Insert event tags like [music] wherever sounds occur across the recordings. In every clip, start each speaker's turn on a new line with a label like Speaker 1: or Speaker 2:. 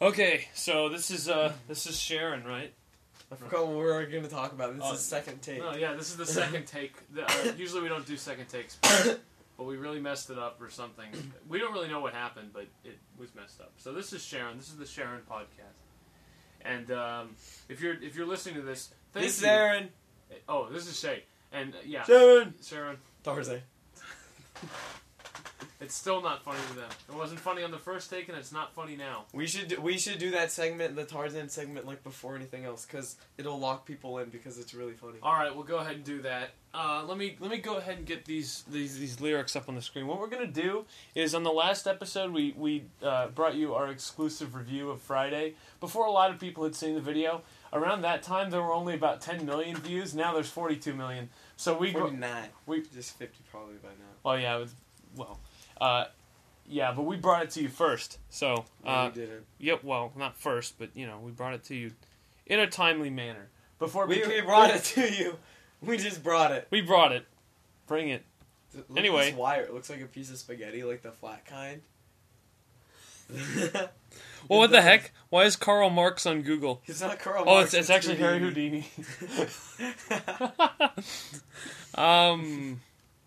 Speaker 1: Okay, so this is uh this is Sharon, right?
Speaker 2: I forgot what we were going to talk about. This
Speaker 1: Oh.
Speaker 2: is second take.
Speaker 3: No, yeah, this is
Speaker 2: [laughs]
Speaker 3: the second take. The, uh, usually we don't do second
Speaker 2: [coughs]
Speaker 3: takes, but, but we really messed it up or something. We don't really know what happened, but it was messed up. So this is Sharon. This is the Sharon podcast. And um, if you're if you're listening to this, thank
Speaker 2: this is
Speaker 3: you.
Speaker 2: Aaron.
Speaker 3: Oh, this is Shay. And uh, yeah,
Speaker 1: Sharon.
Speaker 3: Sharon.
Speaker 2: Thursday.
Speaker 3: It's still not funny to them. It wasn't funny on the first take, and it's not funny now.
Speaker 2: We should do, we should do that segment, the Tarzan segment, like before anything else, because it'll lock people in because it's really funny.
Speaker 1: Uh,
Speaker 3: All right, we'll go ahead and do that. Uh, let me let me go ahead and get these these these lyrics up on the screen. What we're gonna do is on the last episode we we uh, brought you our exclusive review of Friday before a lot of people had seen the video. Around that time, there were only about 10 million views. Now there's 42 million. So we
Speaker 2: Maybe
Speaker 3: gr-
Speaker 2: not.
Speaker 3: we
Speaker 2: Just fifty probably by now.
Speaker 3: well yeah it was, well uh, yeah, but we brought it to you first. So
Speaker 2: No,
Speaker 3: uh,
Speaker 2: we didn't.
Speaker 3: Yep. Well, not first, but you know, we brought it to you in a timely manner before
Speaker 2: We, we brought it to you. We just brought it.
Speaker 3: We brought it. Bring it.
Speaker 2: Look at
Speaker 3: Anyway.
Speaker 2: this wire. It looks like a piece of spaghetti, like the flat kind. [laughs]
Speaker 1: Well, what the heck? Why is Karl Marx on Google?
Speaker 2: It's not Carl.
Speaker 1: Oh,
Speaker 2: Marx,
Speaker 1: it's, it's actually Harry
Speaker 2: Houdini.
Speaker 1: Houdini. um,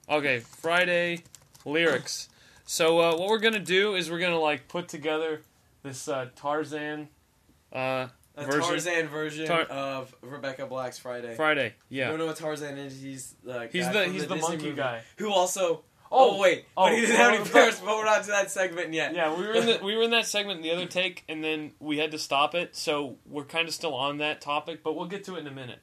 Speaker 1: okay, Friday lyrics. So uh, what we're gonna do is we're gonna like put together this uh, Tarzan uh,
Speaker 2: [laughs] A
Speaker 1: version.
Speaker 2: Tarzan version
Speaker 1: Tar-
Speaker 2: of Rebecca Black's Friday.
Speaker 1: Friday.
Speaker 2: You
Speaker 1: Yeah,
Speaker 2: don't know what Tarzan is? He's the
Speaker 1: he's
Speaker 2: guy
Speaker 1: the
Speaker 2: from
Speaker 1: he's the,
Speaker 2: Disney
Speaker 3: monkey
Speaker 2: movie
Speaker 3: guy.
Speaker 2: who also.
Speaker 3: Oh,
Speaker 2: Oh, wait,
Speaker 3: oh,
Speaker 2: but he didn't
Speaker 3: oh,
Speaker 2: have any
Speaker 3: okay.
Speaker 2: parts. But we're not to that segment yet.
Speaker 3: Yeah, we
Speaker 1: we were in the, we were in that segment in the other take, and then we had to stop it. So we're kind of still on that topic, but we'll get to it in a minute.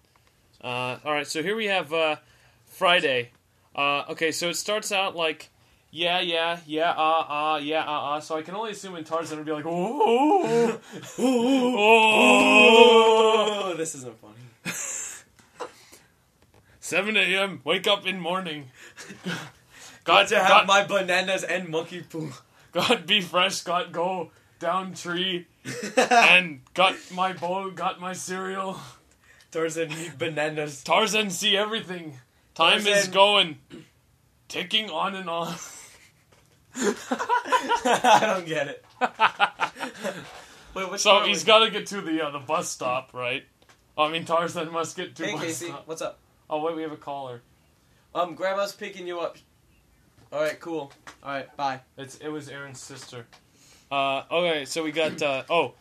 Speaker 1: Uh, all right, so here we have uh, Friday. Uh, okay, so it starts out like. Yeah, yeah, yeah, ah, ah, yeah, ah, ah. So I can only assume in Tarzan would be like, ooh, ooh, ooh, ooh.
Speaker 2: Oh, this isn't funny.
Speaker 1: 7 a.m. Wake up in morning.
Speaker 2: Got
Speaker 1: God,
Speaker 2: to have
Speaker 1: God,
Speaker 2: my bananas and monkey poo.
Speaker 1: God be fresh. God go down tree and got my bowl. Got my cereal.
Speaker 2: [laughs] Tarzan need bananas. [laughs]
Speaker 1: Tarzan see everything. Time is
Speaker 2: Tarzan-
Speaker 1: going, ticking on and on.
Speaker 2: I don't get it. Wait, what's
Speaker 1: So he's got to get to the uh, the bus stop, right? I mean, Tarzan must get to
Speaker 2: Hey
Speaker 1: bus
Speaker 2: Casey,
Speaker 1: stop.
Speaker 2: what's up?
Speaker 1: Oh wait, we have a caller.
Speaker 2: Um, Grandma's picking you up. All right, cool. All right, bye.
Speaker 3: It's it was Aaron's sister.
Speaker 1: Uh, okay, so we got uh, oh,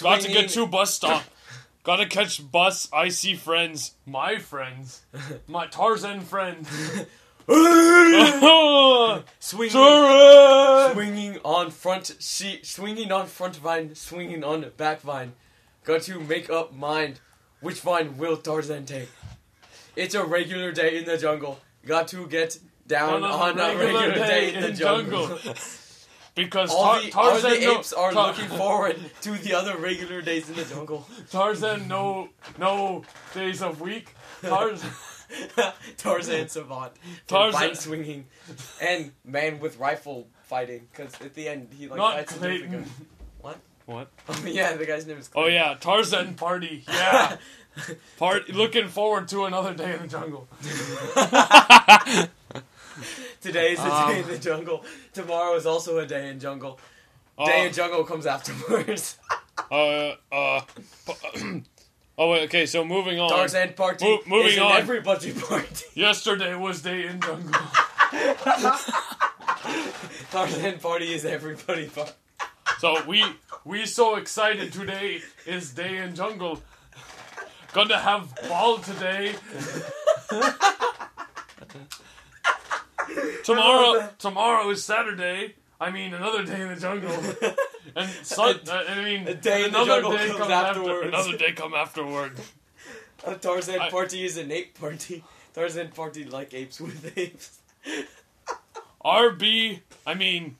Speaker 1: got to get to bus stop. got to catch bus. I see friends, my
Speaker 2: [laughs]
Speaker 1: friends, my Tarzan friend. [laughs]
Speaker 2: swinging,
Speaker 1: Tarzan.
Speaker 2: swinging on front seat, swinging on front vine, swinging on back vine. Got to make up mind which vine will Tarzan take. It's a regular day in the jungle. Got to get down on a regular, day, in the jungle.
Speaker 1: Because
Speaker 2: [laughs] All
Speaker 1: Tar-
Speaker 2: the, all
Speaker 1: Tarzan
Speaker 2: the
Speaker 1: no-
Speaker 2: apes are
Speaker 1: Tar-
Speaker 2: looking forward to the other regular days in the [laughs] jungle.
Speaker 1: Tarzan no no days of week. Tarzan
Speaker 2: [laughs] Tarzan Savant,
Speaker 1: Tarzan-
Speaker 2: Tarzan swinging, and man with rifle fighting. Because at the end he like
Speaker 1: not
Speaker 2: fights a different
Speaker 1: Clayton.
Speaker 2: guy. What?
Speaker 1: What?
Speaker 2: Oh [laughs] yeah, the guy's name is.
Speaker 1: Oh
Speaker 2: Clayton.
Speaker 1: yeah, Tarzan party. [laughs] Yeah. Part looking forward to another day in the jungle.
Speaker 2: Today is a
Speaker 1: Um.
Speaker 2: day in the jungle. Tomorrow is also a day in jungle.
Speaker 1: Uh,
Speaker 2: Day in jungle
Speaker 1: [laughs]
Speaker 2: comes afterwards.
Speaker 1: uh, uh, [clears throat] p- oh wait, okay, so moving on.
Speaker 2: Tarzan party.
Speaker 1: Mo- moving
Speaker 2: is in
Speaker 1: on.
Speaker 2: Everybody party. [laughs]
Speaker 1: Yesterday was day in jungle.
Speaker 2: Tarzan party is everybody party.
Speaker 1: So we we so excited today is day in jungle. Gonna have ball today. tomorrow tomorrow is Saturday. I mean another day in the jungle. And sun, uh, I mean
Speaker 2: A day in the
Speaker 1: another
Speaker 2: jungle
Speaker 1: day
Speaker 2: comes
Speaker 1: comes after-
Speaker 2: afterwards.
Speaker 1: another day come afterward.
Speaker 2: A Tarzan
Speaker 1: I-
Speaker 2: party is an ape party. Tarzan party like apes with apes. [laughs]
Speaker 1: RB I mean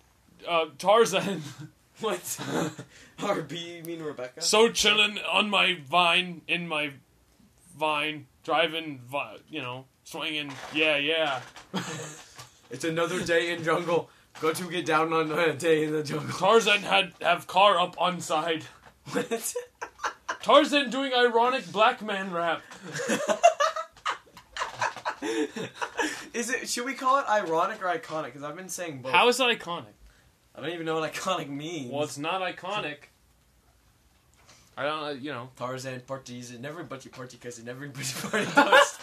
Speaker 1: uh, Tarzan
Speaker 2: What? [laughs] RB, you mean Rebecca?
Speaker 1: so chillin' on my vine in my vine driving vi- you know swinging yeah yeah
Speaker 2: It's another day in jungle. Go to get down on a day in the jungle.
Speaker 1: Tarzan had have car up on side.
Speaker 2: [laughs] What? [laughs]
Speaker 1: Tarzan doing ironic black man rap.
Speaker 2: Is it? Should we call it ironic or iconic? Because I've been saying both.
Speaker 1: How is that iconic?
Speaker 2: I don't even know what iconic means.
Speaker 1: Well, it's not iconic I don't know, you know.
Speaker 2: Tarzan parties and everybody party because in [laughs] everybody party goes.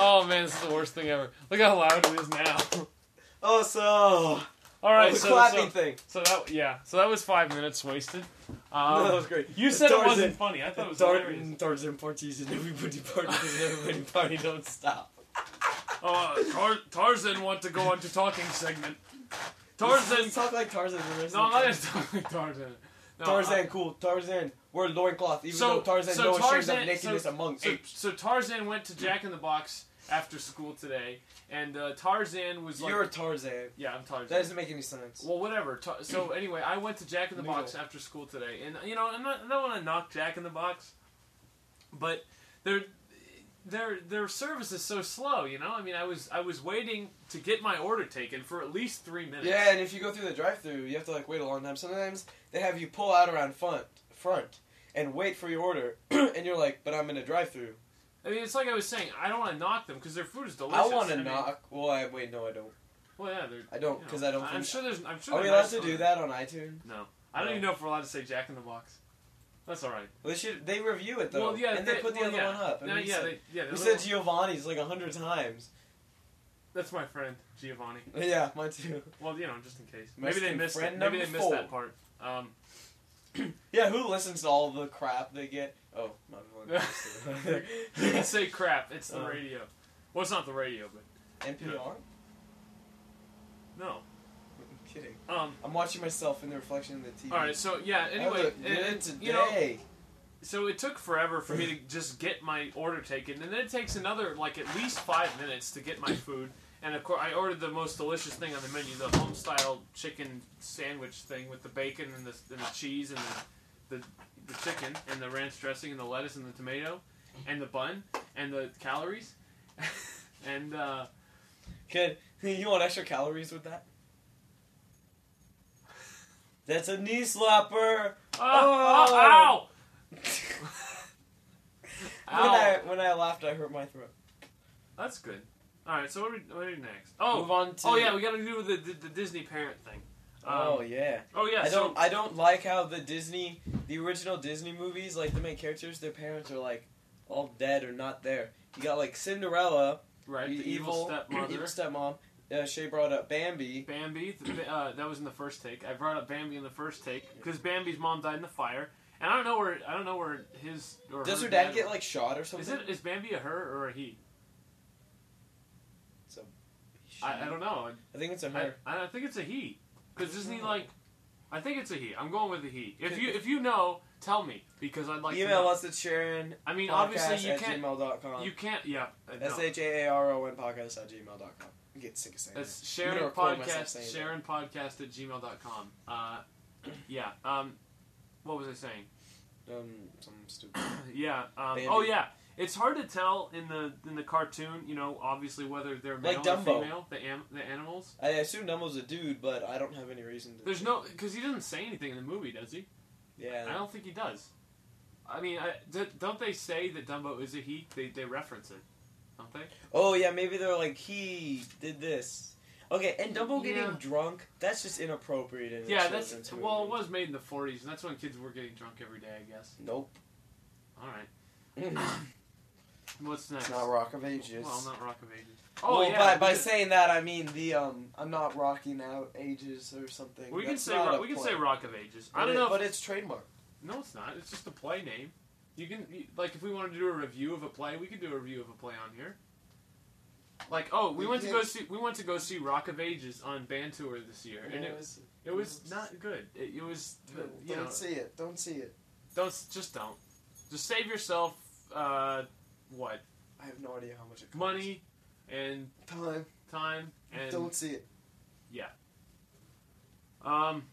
Speaker 1: Oh man, this is the worst thing ever. Look how loud it is now.
Speaker 2: [laughs]
Speaker 1: [laughs]
Speaker 2: oh, so.
Speaker 1: All right,
Speaker 2: oh, the
Speaker 1: so,
Speaker 2: clapping
Speaker 1: so,
Speaker 2: thing.
Speaker 1: so that yeah, so that was five minutes wasted. Um,
Speaker 2: [laughs] no, that was great.
Speaker 1: You
Speaker 2: The
Speaker 1: said it
Speaker 2: Tarzan-
Speaker 1: wasn't funny. I thought it was
Speaker 2: Tar- mm,
Speaker 1: hilarious.
Speaker 2: Tarzan parties and everybody party because everybody party don't stop.
Speaker 1: Uh, Tar- Tarzan want to go on to talking segment. Tarzan.
Speaker 2: Let's talk like Tarzan. for the rest
Speaker 1: No, I'm
Speaker 2: of
Speaker 1: not gonna
Speaker 2: the time.
Speaker 1: talk like Tarzan. No, uh,
Speaker 2: Tarzan,
Speaker 1: I-
Speaker 2: cool. Tarzan, wear loincloth, even
Speaker 1: So-
Speaker 2: though Tarzan
Speaker 1: so
Speaker 2: no one shares
Speaker 1: Tarzan-
Speaker 2: up nakedness
Speaker 1: so-
Speaker 2: among
Speaker 1: so,
Speaker 2: apes.
Speaker 1: so Tarzan went to Jack in the Box after school today, and uh, Tarzan was like,
Speaker 2: You're a Tarzan.
Speaker 1: "Yeah, I'm Tarzan."
Speaker 2: That doesn't make any sense.
Speaker 1: Well, whatever. Ta- So anyway, I went to Jack in the Box
Speaker 2: Noodle.
Speaker 1: after school today, and you know, I'm not, I don't want to knock Jack in the Box, but their their their service is so slow. You know, I mean, I was I was waiting to get my order taken for at least three minutes.
Speaker 2: Yeah, and if you go through the drive-through, you have to like wait a long time. Sometimes they have you pull out around front, front, and wait for your order, [clears throat] and you're like, "But I'm in a drive-through.
Speaker 1: I mean, it's like I was saying, I don't want to knock them because their food is
Speaker 2: I
Speaker 1: delicious.
Speaker 2: want to
Speaker 1: mean,
Speaker 2: knock." Well, I wait, no, I don't.
Speaker 1: Well, yeah, they're.
Speaker 2: I don't
Speaker 1: you know,
Speaker 2: because I don't.
Speaker 1: I'm
Speaker 2: Think,
Speaker 1: sure there's. I'm sure.
Speaker 2: are we
Speaker 1: they're
Speaker 2: allowed
Speaker 1: nice
Speaker 2: to
Speaker 1: on
Speaker 2: do
Speaker 1: it.
Speaker 2: that on iTunes?
Speaker 1: I don't
Speaker 2: No.
Speaker 1: even know if we're allowed to say Jack in the Box. That's all right.
Speaker 2: They should. They review it though,
Speaker 1: well, yeah,
Speaker 2: and
Speaker 1: they,
Speaker 2: they put the
Speaker 1: well,
Speaker 2: other
Speaker 1: yeah.
Speaker 2: one up. And
Speaker 1: Yeah,
Speaker 2: we
Speaker 1: yeah,
Speaker 2: said,
Speaker 1: they, yeah.
Speaker 2: we
Speaker 1: the
Speaker 2: said
Speaker 1: little-
Speaker 2: Giovanni's like a hundred times. [laughs]
Speaker 1: that's my friend Giovanni.
Speaker 2: Yeah, mine too. [clears throat]
Speaker 1: Well, you know, just in case. Maybe
Speaker 2: Mexican
Speaker 1: they missed
Speaker 2: friend
Speaker 1: it. Maybe they
Speaker 2: number
Speaker 1: missed that part. Um,
Speaker 2: Yeah, who listens to all the crap they get? Oh, my
Speaker 1: [laughs]
Speaker 2: [laughs]
Speaker 1: you can say crap. It's the
Speaker 2: Um.
Speaker 1: radio. Well, it's not the radio, but
Speaker 2: NPR.
Speaker 1: no.
Speaker 2: I'm kidding.
Speaker 1: Um,
Speaker 2: I'm watching myself in the reflection in the TV.
Speaker 1: all right. So yeah.
Speaker 2: I
Speaker 1: Anyway,
Speaker 2: look
Speaker 1: and-
Speaker 2: good
Speaker 1: and, you know,
Speaker 2: today.
Speaker 1: so it took forever for me
Speaker 2: [laughs]
Speaker 1: to just get my order taken, and then it takes another like at least five minutes to get my food. And of course, I ordered the most delicious thing on the menu, the home style chicken sandwich thing with the bacon and the, and the cheese and the, the the chicken and the ranch dressing and the lettuce and the tomato and the bun and the calories. [laughs] and uh,
Speaker 2: Good. You want extra calories with that? That's a knee slapper.
Speaker 1: Oh,
Speaker 2: [laughs]
Speaker 1: ow!
Speaker 2: When I
Speaker 1: Ow!
Speaker 2: when I laughed, I hurt my throat.
Speaker 1: That's good. All right, so what do we, what do we do next? Oh,
Speaker 2: Move on to.
Speaker 1: oh yeah, we got to do the, the the Disney parent thing. Um,
Speaker 2: oh
Speaker 1: oh,
Speaker 2: yeah.
Speaker 1: yeah.
Speaker 2: I
Speaker 1: so,
Speaker 2: don't. I don't like how the Disney, the original Disney movies, like the main characters, their parents are like all dead or not there. You got like Cinderella,
Speaker 1: right,
Speaker 2: the, evil,
Speaker 1: stepmother,
Speaker 2: evil [clears throat] stepmom. Uh, Shay brought up Bambi.
Speaker 1: Bambi. The, uh, that was in the first take. I brought up Bambi in the first take because Bambi's mom died in the fire, and I don't know where I don't know where his or
Speaker 2: Does
Speaker 1: her,
Speaker 2: her dad get like shot or
Speaker 1: Is
Speaker 2: something?
Speaker 1: it is Bambi a her or a he? I, I
Speaker 2: I,
Speaker 1: don't know.
Speaker 2: think it's a
Speaker 1: I,
Speaker 2: her.
Speaker 1: I think it's a he. Because isn't he
Speaker 2: No.
Speaker 1: like? I think it's a he. I'm going with a he. If you if you know, tell me because I'd like to
Speaker 2: Email
Speaker 1: know.
Speaker 2: us at Sharon.
Speaker 1: I mean,
Speaker 2: podcast
Speaker 1: obviously you
Speaker 2: at
Speaker 1: can't.
Speaker 2: gmail.com.
Speaker 1: You can't. Yeah. uh, no.
Speaker 2: S H A A R O N podcast at gmail.com. I get sick of saying
Speaker 1: That's
Speaker 2: that. I'm gonna
Speaker 1: Sharon
Speaker 2: record myself
Speaker 1: podcast.
Speaker 2: saying
Speaker 1: Sharon podcast at gmail.com. Uh, yeah. Um, what was I saying?
Speaker 2: that. Um, something stupid.
Speaker 1: yeah. Um,
Speaker 2: Bambi.
Speaker 1: oh yeah. It's hard to tell in the in the cartoon. You know, obviously whether they're male
Speaker 2: Like
Speaker 1: or
Speaker 2: Dumbo.
Speaker 1: female. The am, the animals.
Speaker 2: I assume Dumbo's a dude, but I don't have any reason to.
Speaker 1: There's no because he doesn't say anything in the movie, does he? I
Speaker 2: Yeah.
Speaker 1: don't think he does. I mean, I, d- don't they say that Dumbo is a he? They, they reference it, don't they?
Speaker 2: Oh, yeah, maybe they're like, he did this. Okay, and Dumbo
Speaker 1: Yeah.
Speaker 2: getting drunk, that's just inappropriate in a
Speaker 1: yeah, that's
Speaker 2: children's movie.
Speaker 1: well, it was made in the '40s, and that's when kids were getting drunk every day, I guess. [laughs]
Speaker 2: Nope. [laughs]
Speaker 1: All right,
Speaker 2: it's
Speaker 1: what's next?
Speaker 2: not Rock of Ages.
Speaker 1: Well, not Rock of Ages.
Speaker 2: Oh,
Speaker 1: Oh
Speaker 2: well,
Speaker 1: yeah,
Speaker 2: by,
Speaker 1: we
Speaker 2: by
Speaker 1: could-
Speaker 2: saying that, I mean the um, I'm not rocking out ages or something.
Speaker 1: we can
Speaker 2: That's
Speaker 1: say
Speaker 2: not
Speaker 1: Ro-
Speaker 2: a
Speaker 1: we can
Speaker 2: play.
Speaker 1: say Rock of Ages.
Speaker 2: But
Speaker 1: I don't
Speaker 2: it-
Speaker 1: know.
Speaker 2: but
Speaker 1: if,
Speaker 2: it's trademark.
Speaker 1: no, it's not. It's just a play name. You can you, like if we wanted to do a review of a play, we could do a review of a play on here. Like oh, we
Speaker 2: We
Speaker 1: went to
Speaker 2: can-
Speaker 1: go see we went to go see Rock of Ages on band tour this year, and it
Speaker 2: was,
Speaker 1: It was not good. It, it was, uh, you know,
Speaker 2: Don't see it. Don't see it.
Speaker 1: don't s- just don't, just save yourself, uh, what
Speaker 2: I have no idea how much it costs.
Speaker 1: money, and
Speaker 2: Time.
Speaker 1: time, and
Speaker 2: Don't see it.
Speaker 1: um.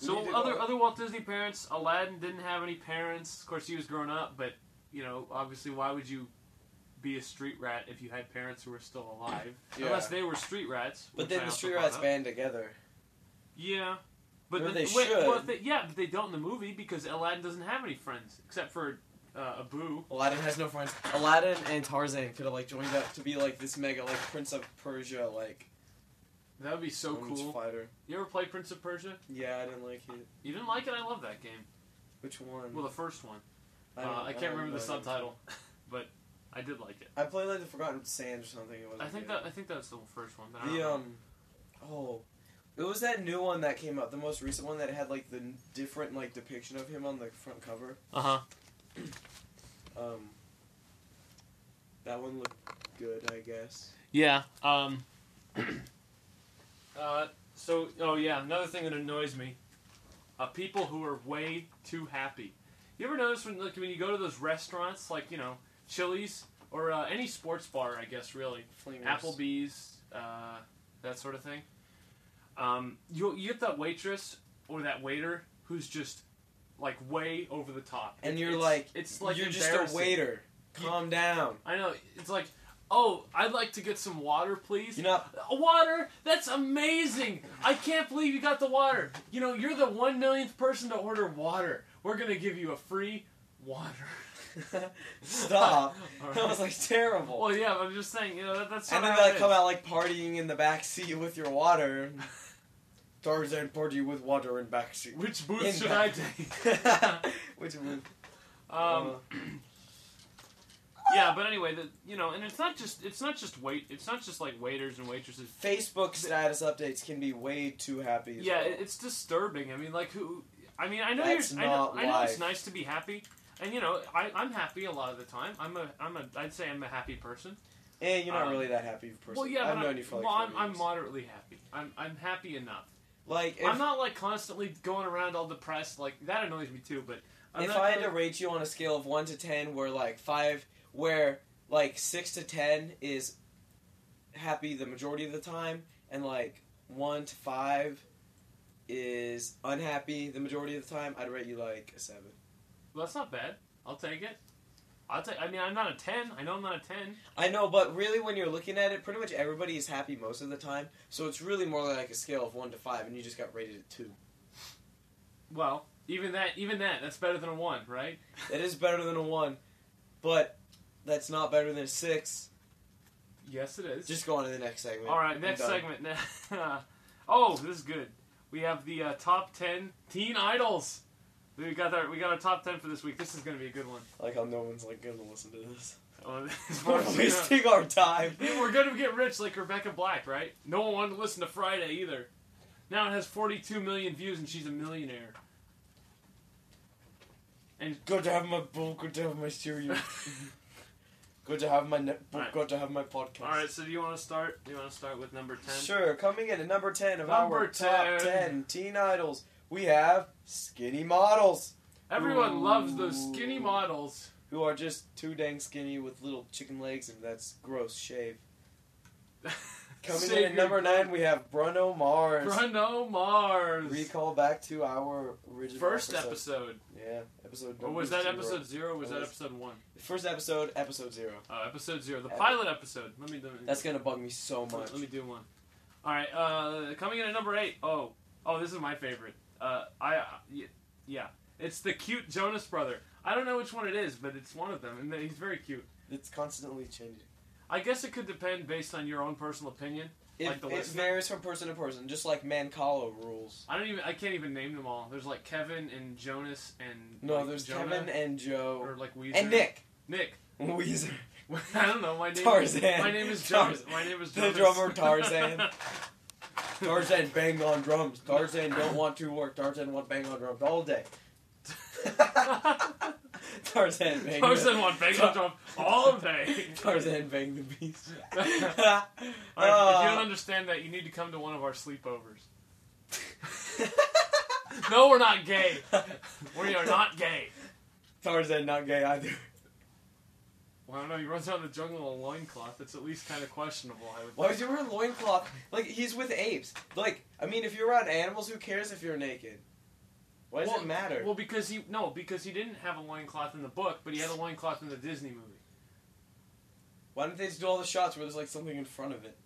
Speaker 2: We
Speaker 1: So
Speaker 2: need to
Speaker 1: other
Speaker 2: go-
Speaker 1: other Walt Disney parents, Aladdin didn't have any parents. Of course, he was grown up, but you know, obviously, why would you be a street rat if you had parents who were still alive?
Speaker 2: Yeah.
Speaker 1: Unless they were street rats.
Speaker 2: But
Speaker 1: which I
Speaker 2: then the
Speaker 1: also
Speaker 2: Street
Speaker 1: brought
Speaker 2: Rats
Speaker 1: up.
Speaker 2: band together.
Speaker 1: Yeah. But
Speaker 2: Or
Speaker 1: the-
Speaker 2: they
Speaker 1: wait, well,
Speaker 2: should.
Speaker 1: they, yeah, but they don't in the movie because Aladdin doesn't have any friends except for uh, Abu.
Speaker 2: Aladdin has no friends. Aladdin and Tarzan could have like joined up to be like this mega like Prince of Persia like
Speaker 3: That would be so
Speaker 2: Women's
Speaker 3: cool.
Speaker 2: Fighter.
Speaker 3: You ever play Prince of Persia?
Speaker 2: Yeah, I didn't like it.
Speaker 3: You didn't like it? I love that game.
Speaker 2: Which one?
Speaker 3: Well, the first one. I,
Speaker 2: don't-
Speaker 3: uh, I
Speaker 2: don't
Speaker 3: can't remember the
Speaker 2: know.
Speaker 3: subtitle,
Speaker 1: [laughs]
Speaker 3: but I did like it.
Speaker 2: I played like the Forgotten Sands or something. It wasn't
Speaker 3: I think
Speaker 2: good.
Speaker 3: that I think that's the first one. But I don't
Speaker 2: The
Speaker 3: know.
Speaker 2: um, oh, it was that new one that came out, the most recent one that had like the n- different like depiction of him on the front cover.
Speaker 3: Uh huh.
Speaker 2: Um, that one looked good, I guess.
Speaker 3: Yeah.
Speaker 1: Um, [clears throat] uh, so, oh yeah, another thing that annoys me: uh, people who are way too happy. You ever notice when, like, when you go to those restaurants, like you know, Chili's or uh, any sports bar, I guess, really,
Speaker 2: Flingers.
Speaker 1: Applebee's, uh, that sort of thing. Um, you you get that waitress or that waiter who's just like way over the top,
Speaker 2: And you're
Speaker 1: It's-
Speaker 2: like,
Speaker 1: it's like
Speaker 2: you're just a
Speaker 1: embarrassing.
Speaker 2: waiter. Calm down.
Speaker 1: I know it's like, oh, I'd like to get some water, please. Uh,
Speaker 2: You're [laughs] not.
Speaker 1: Water? That's amazing! I can't believe you got the water. You know, you're the one millionth person to order water. We're gonna give you a free water.
Speaker 2: Stop.
Speaker 1: [laughs] All
Speaker 2: That
Speaker 1: right.
Speaker 2: was [laughs] like terrible.
Speaker 1: Well, yeah, but I'm just saying, you know, that, that's sort
Speaker 2: and then
Speaker 1: of
Speaker 2: they
Speaker 1: how
Speaker 2: like
Speaker 1: it
Speaker 2: come
Speaker 1: is.
Speaker 2: out like partying in the back seat with your [laughs] water. Tarzan party with water in back seat.
Speaker 1: Which booth
Speaker 2: In
Speaker 1: should
Speaker 2: the-
Speaker 1: I take?
Speaker 2: [laughs] Which one?
Speaker 1: Um,
Speaker 2: Uh,
Speaker 1: yeah, but anyway, the, you know, and it's not just it's not just wait it's not just like waiters and waitresses.
Speaker 2: Facebook status updates can be way too happy. as
Speaker 1: Yeah,
Speaker 2: well.
Speaker 1: it, it's disturbing. I mean, like who? I mean, I know
Speaker 2: That's
Speaker 1: you're. I know,
Speaker 2: not
Speaker 1: I know it's
Speaker 2: life.
Speaker 1: nice to be happy, and you know, I, I'm happy a lot of the time. I'm a I'm a I'd say I'm a happy person.
Speaker 2: Eh, you're not
Speaker 1: um,
Speaker 2: really that happy of a person.
Speaker 1: Well, yeah,
Speaker 2: I've
Speaker 1: but
Speaker 2: known
Speaker 1: I'm,
Speaker 2: you for like
Speaker 1: well,
Speaker 2: four
Speaker 1: I'm, I'm
Speaker 2: years.
Speaker 1: moderately happy. I'm, I'm happy enough.
Speaker 2: like if,
Speaker 1: I'm not like constantly going around all depressed. Like that annoys me too. But I'm
Speaker 2: if
Speaker 1: not
Speaker 2: I had
Speaker 1: gonna-
Speaker 2: to rate you on a scale of one to ten, where like five, where like six to ten is happy the majority of the time, and like one to five is unhappy the majority of the time, I'd rate you like a seven.
Speaker 1: well, that's not bad. I'll take it. I'll take. I mean, I'm not a ten. I know I'm not a ten.
Speaker 2: I know, but really, when you're looking at it, pretty much everybody is happy most of the time. So it's really more like a scale of one to five, and you just got rated at two.
Speaker 1: Well, even that, even that, that's better than a one, right?
Speaker 2: That is better than a one, but that's not better than a six.
Speaker 1: Yes, it is.
Speaker 2: Just go on to the next segment.
Speaker 1: All right,
Speaker 2: I'm
Speaker 1: next
Speaker 2: done.
Speaker 1: segment. [laughs] oh, this is good. We have the uh, top ten teen idols. We got our we got our top ten for this week. This is going to be a good one.
Speaker 2: Like how no one's like gonna listen to this.
Speaker 1: Uh, [laughs] as far
Speaker 2: We're
Speaker 1: as we
Speaker 2: [laughs]
Speaker 1: know.
Speaker 2: wasting our time.
Speaker 1: Yeah, We're gonna get rich like Rebecca Black, right? No one wanted to listen to Friday either. Now it has 42 million views and she's a
Speaker 2: [laughs]
Speaker 1: millionaire.
Speaker 2: Good to have my book. Good to have
Speaker 1: [laughs]
Speaker 2: my cereal. good to have my net book.
Speaker 1: Alright.
Speaker 2: Good to have my podcast.
Speaker 1: All right, so do you want to start? Do you want to start with number 10?
Speaker 2: Sure. Coming in at number ten of
Speaker 1: Number
Speaker 2: our top
Speaker 1: 10.
Speaker 2: ten teen idols, we have skinny models
Speaker 1: Everyone
Speaker 2: Ooh.
Speaker 1: loves those skinny models. [laughs]
Speaker 2: who are just too dang skinny with little chicken legs, and that's gross shave. Coming in
Speaker 1: Savior
Speaker 2: at number nine, we have Bruno Mars.
Speaker 1: Bruno Mars.
Speaker 2: Recall back to our original
Speaker 1: First episode.
Speaker 2: Yeah, episode.
Speaker 1: Or was
Speaker 2: number
Speaker 1: that
Speaker 2: zero.
Speaker 1: episode zero? Or was that
Speaker 2: That was-
Speaker 1: episode one?
Speaker 2: First episode, episode zero.
Speaker 1: Uh, episode zero, the
Speaker 2: Yeah.
Speaker 1: pilot episode. Let me do.
Speaker 2: That's gonna bug me so
Speaker 1: let,
Speaker 2: much.
Speaker 1: let me do one. All right, uh, coming in at number eight. Oh, oh, this is my favorite. Uh, I, y- yeah, it's the cute Jonas brother. I don't know which one it is, but it's one of them, and he's very cute.
Speaker 2: It's constantly changing.
Speaker 1: I guess it could depend based on your own personal opinion.
Speaker 2: It,
Speaker 1: Like the
Speaker 2: it
Speaker 1: listener?
Speaker 2: varies from person to person, just like Mancala rules.
Speaker 1: I don't even. I can't even name them all. There's like Kevin and Jonas and
Speaker 2: No,
Speaker 1: like,
Speaker 2: there's
Speaker 1: Jonah,
Speaker 2: Kevin and
Speaker 1: or
Speaker 2: Joe
Speaker 1: like Weezer
Speaker 2: and Nick.
Speaker 1: Nick.
Speaker 2: Weezer,
Speaker 1: [laughs] I don't know. My name.
Speaker 2: Tarzan.
Speaker 1: My name is Jonas.
Speaker 2: Tarzan.
Speaker 1: My name is
Speaker 2: The
Speaker 1: Jonas. [laughs]
Speaker 2: drummer Tarzan. Tarzan bang on drums. Tarzan don't want to work. Tarzan want bang on drums
Speaker 1: [laughs]
Speaker 2: all day. Tarzan bang.
Speaker 1: Tarzan won Bangkok Drum all day.
Speaker 2: [laughs] Tarzan bang the beast.
Speaker 1: [laughs] All right, if you
Speaker 2: Ah.
Speaker 1: don't understand that, you need to come to one of our sleepovers.
Speaker 2: Uh.
Speaker 1: [laughs] No, we're not gay. We are not gay.
Speaker 2: Tarzan not gay either.
Speaker 1: Well, I don't know. He runs out in the jungle in a loincloth. It's at least kind of questionable. I would.
Speaker 2: Why would you wear a loincloth? Like, he's with apes. Like, I mean, if you're around animals, who cares if you're naked? Why does
Speaker 1: well,
Speaker 2: it matter?
Speaker 1: Well, because he no, because he didn't have a loincloth in the book, but he had a loincloth in the Disney movie.
Speaker 2: Why don't they just do all the shots where there's, like, something in front of it?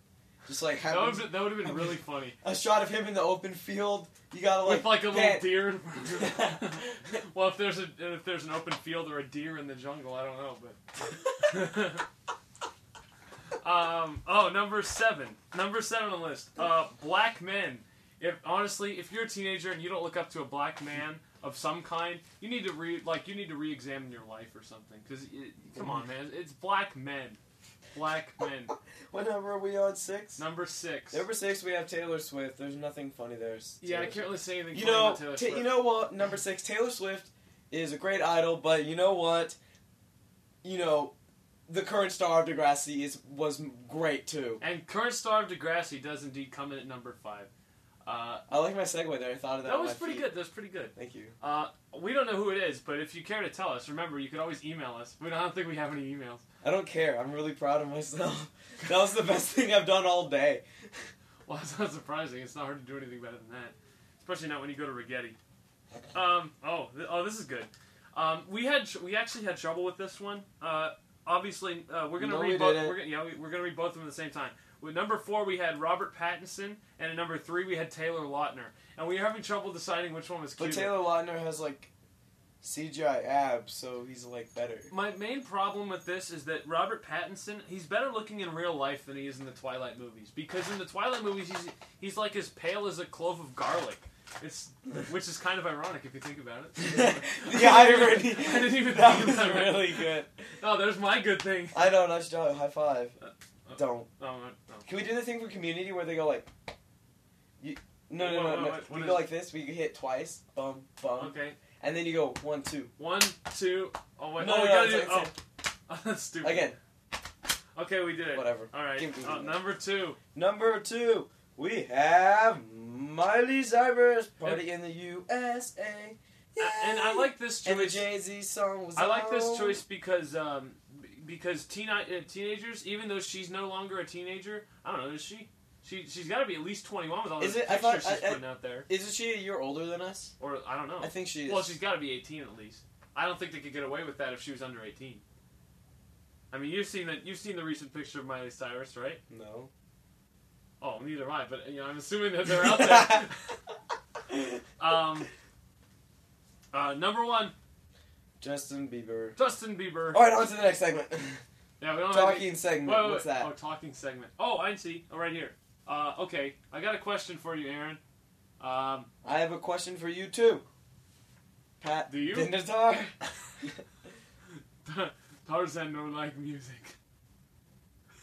Speaker 2: Just, like,
Speaker 1: That
Speaker 2: have
Speaker 1: would that would have been really funny
Speaker 2: a shot of him in the open field. You gotta, like,
Speaker 1: with like a little
Speaker 2: pan-
Speaker 1: deer.
Speaker 2: [laughs]
Speaker 1: in front of it. well, if there's a if there's [laughs] an open field or a deer in the jungle, I don't know, but. Um, oh, number seven. Number seven on the list. Uh, black men. If honestly, if you're a teenager and you don't look up to a black man of some kind, you need to re like you need to re-examine your life or something. Because come on, man, it's black men. Black men.
Speaker 2: [laughs] What number are we on? Six?
Speaker 1: Number six.
Speaker 2: Number six, we have Taylor Swift. There's nothing funny there. It's
Speaker 1: Yeah, I
Speaker 2: Taylor
Speaker 1: can't really say anything.
Speaker 2: You
Speaker 1: funny
Speaker 2: know,
Speaker 1: about Taylor
Speaker 2: ta-
Speaker 1: Swift.
Speaker 2: you know what? Number six, Taylor Swift is a great idol, but you know what? You know, the current star of Degrassi is was great too.
Speaker 1: And current star of Degrassi does indeed come in at number five. Uh,
Speaker 2: I like my segue there. I thought of that.
Speaker 1: that
Speaker 2: on
Speaker 1: was
Speaker 2: my
Speaker 1: pretty
Speaker 2: feet.
Speaker 1: good. That was pretty good.
Speaker 2: Thank you.
Speaker 1: Uh, we don't know who it is, but if you care to tell us, remember you could always email us. We don't, I don't think we have any emails.
Speaker 2: I don't care. I'm really proud of myself. [laughs] that was the best thing I've done all day.
Speaker 1: [laughs] Well, it's not surprising. It's not hard to do anything better than that, especially not when you go to Rigetti. Um, oh, th- oh, this is good. Um, we had tr- we actually had trouble with this one. Uh, obviously, uh, we're gonna
Speaker 2: No,
Speaker 1: read
Speaker 2: we
Speaker 1: both.
Speaker 2: didn't.
Speaker 1: We're gonna, yeah, we, we're gonna read both of them at the same time. With number four, we had Robert Pattinson, and at number three, we had Taylor Lautner, and we were having trouble deciding which one was
Speaker 2: But
Speaker 1: cuter.
Speaker 2: Taylor Lautner has like CGI abs, so he's like
Speaker 1: [laughs]
Speaker 2: better.
Speaker 1: My main problem with this is that Robert Pattinson, he's better looking in real life than he is in the Twilight movies. Because in the Twilight movies, he's, he's like as pale as a clove of garlic. It's which is kind of ironic if you think
Speaker 2: [laughs]
Speaker 1: about it.
Speaker 2: the irony.
Speaker 1: [laughs] I didn't even
Speaker 2: that
Speaker 1: think
Speaker 2: was
Speaker 1: about it.
Speaker 2: really good.
Speaker 1: oh, there's my good thing.
Speaker 2: I know. Nice job. High five.
Speaker 1: uh,
Speaker 2: Don't.
Speaker 1: Oh, no, no.
Speaker 2: Can we do the thing for Community where they go like, you, no, no,
Speaker 1: Wait,
Speaker 2: no,
Speaker 1: wait,
Speaker 2: no.
Speaker 1: wait,
Speaker 2: we
Speaker 1: what is-
Speaker 2: go like this. We hit twice, bum, bum,
Speaker 1: oh. Okay,
Speaker 2: and then you go one, two,
Speaker 1: one, two. Oh wait,
Speaker 2: No,
Speaker 1: oh, we
Speaker 2: no,
Speaker 1: gotta
Speaker 2: no,
Speaker 1: do.
Speaker 2: it's
Speaker 1: Oh. [laughs]
Speaker 2: like-
Speaker 1: oh, that's stupid.
Speaker 2: again,
Speaker 1: Okay, we did it.
Speaker 2: whatever.
Speaker 1: All right.
Speaker 2: Give me-
Speaker 1: Uh, number two.
Speaker 2: Number two, we have Miley Cyrus party in the USA.
Speaker 1: Uh, and I
Speaker 2: Yay!
Speaker 1: like this
Speaker 2: and the
Speaker 1: choice.
Speaker 2: Jay Z song was.
Speaker 1: I like this
Speaker 2: on.
Speaker 1: choice because um, b- because teen- uh, teenagers, even though she's no longer a teenager, I don't know, is she? She she's got to be at least twenty one with all
Speaker 2: Is
Speaker 1: the
Speaker 2: it- I
Speaker 1: pictures
Speaker 2: thought-
Speaker 1: she's
Speaker 2: I- I-
Speaker 1: putting out there,
Speaker 2: Isn't she a year older than us?
Speaker 1: or I don't know.
Speaker 2: I think she is.
Speaker 1: well, she's got to be eighteen at least. I don't think they could get away with that if she was under eighteen. I mean, you've seen the you've seen the recent picture of Miley Cyrus, right?
Speaker 2: no.
Speaker 1: Oh, neither am I, but you know, I'm assuming that they're out
Speaker 2: [laughs]
Speaker 1: there. um, uh, number one,
Speaker 2: Justin Bieber.
Speaker 1: Justin Bieber.
Speaker 2: All right, on to the next segment.
Speaker 1: Yeah, we don't have any-
Speaker 2: Talking segment.
Speaker 1: Oh, Wait, wait,
Speaker 2: What's
Speaker 1: wait.
Speaker 2: that?
Speaker 1: Oh, talking segment. Oh, I see. Oh, right here. Uh, okay, I got a question for you, Aaron. Um, [laughs]
Speaker 2: I have a question for you too. Pat
Speaker 1: Do you?
Speaker 2: Benatar.
Speaker 1: Tarzan no like music. [laughs]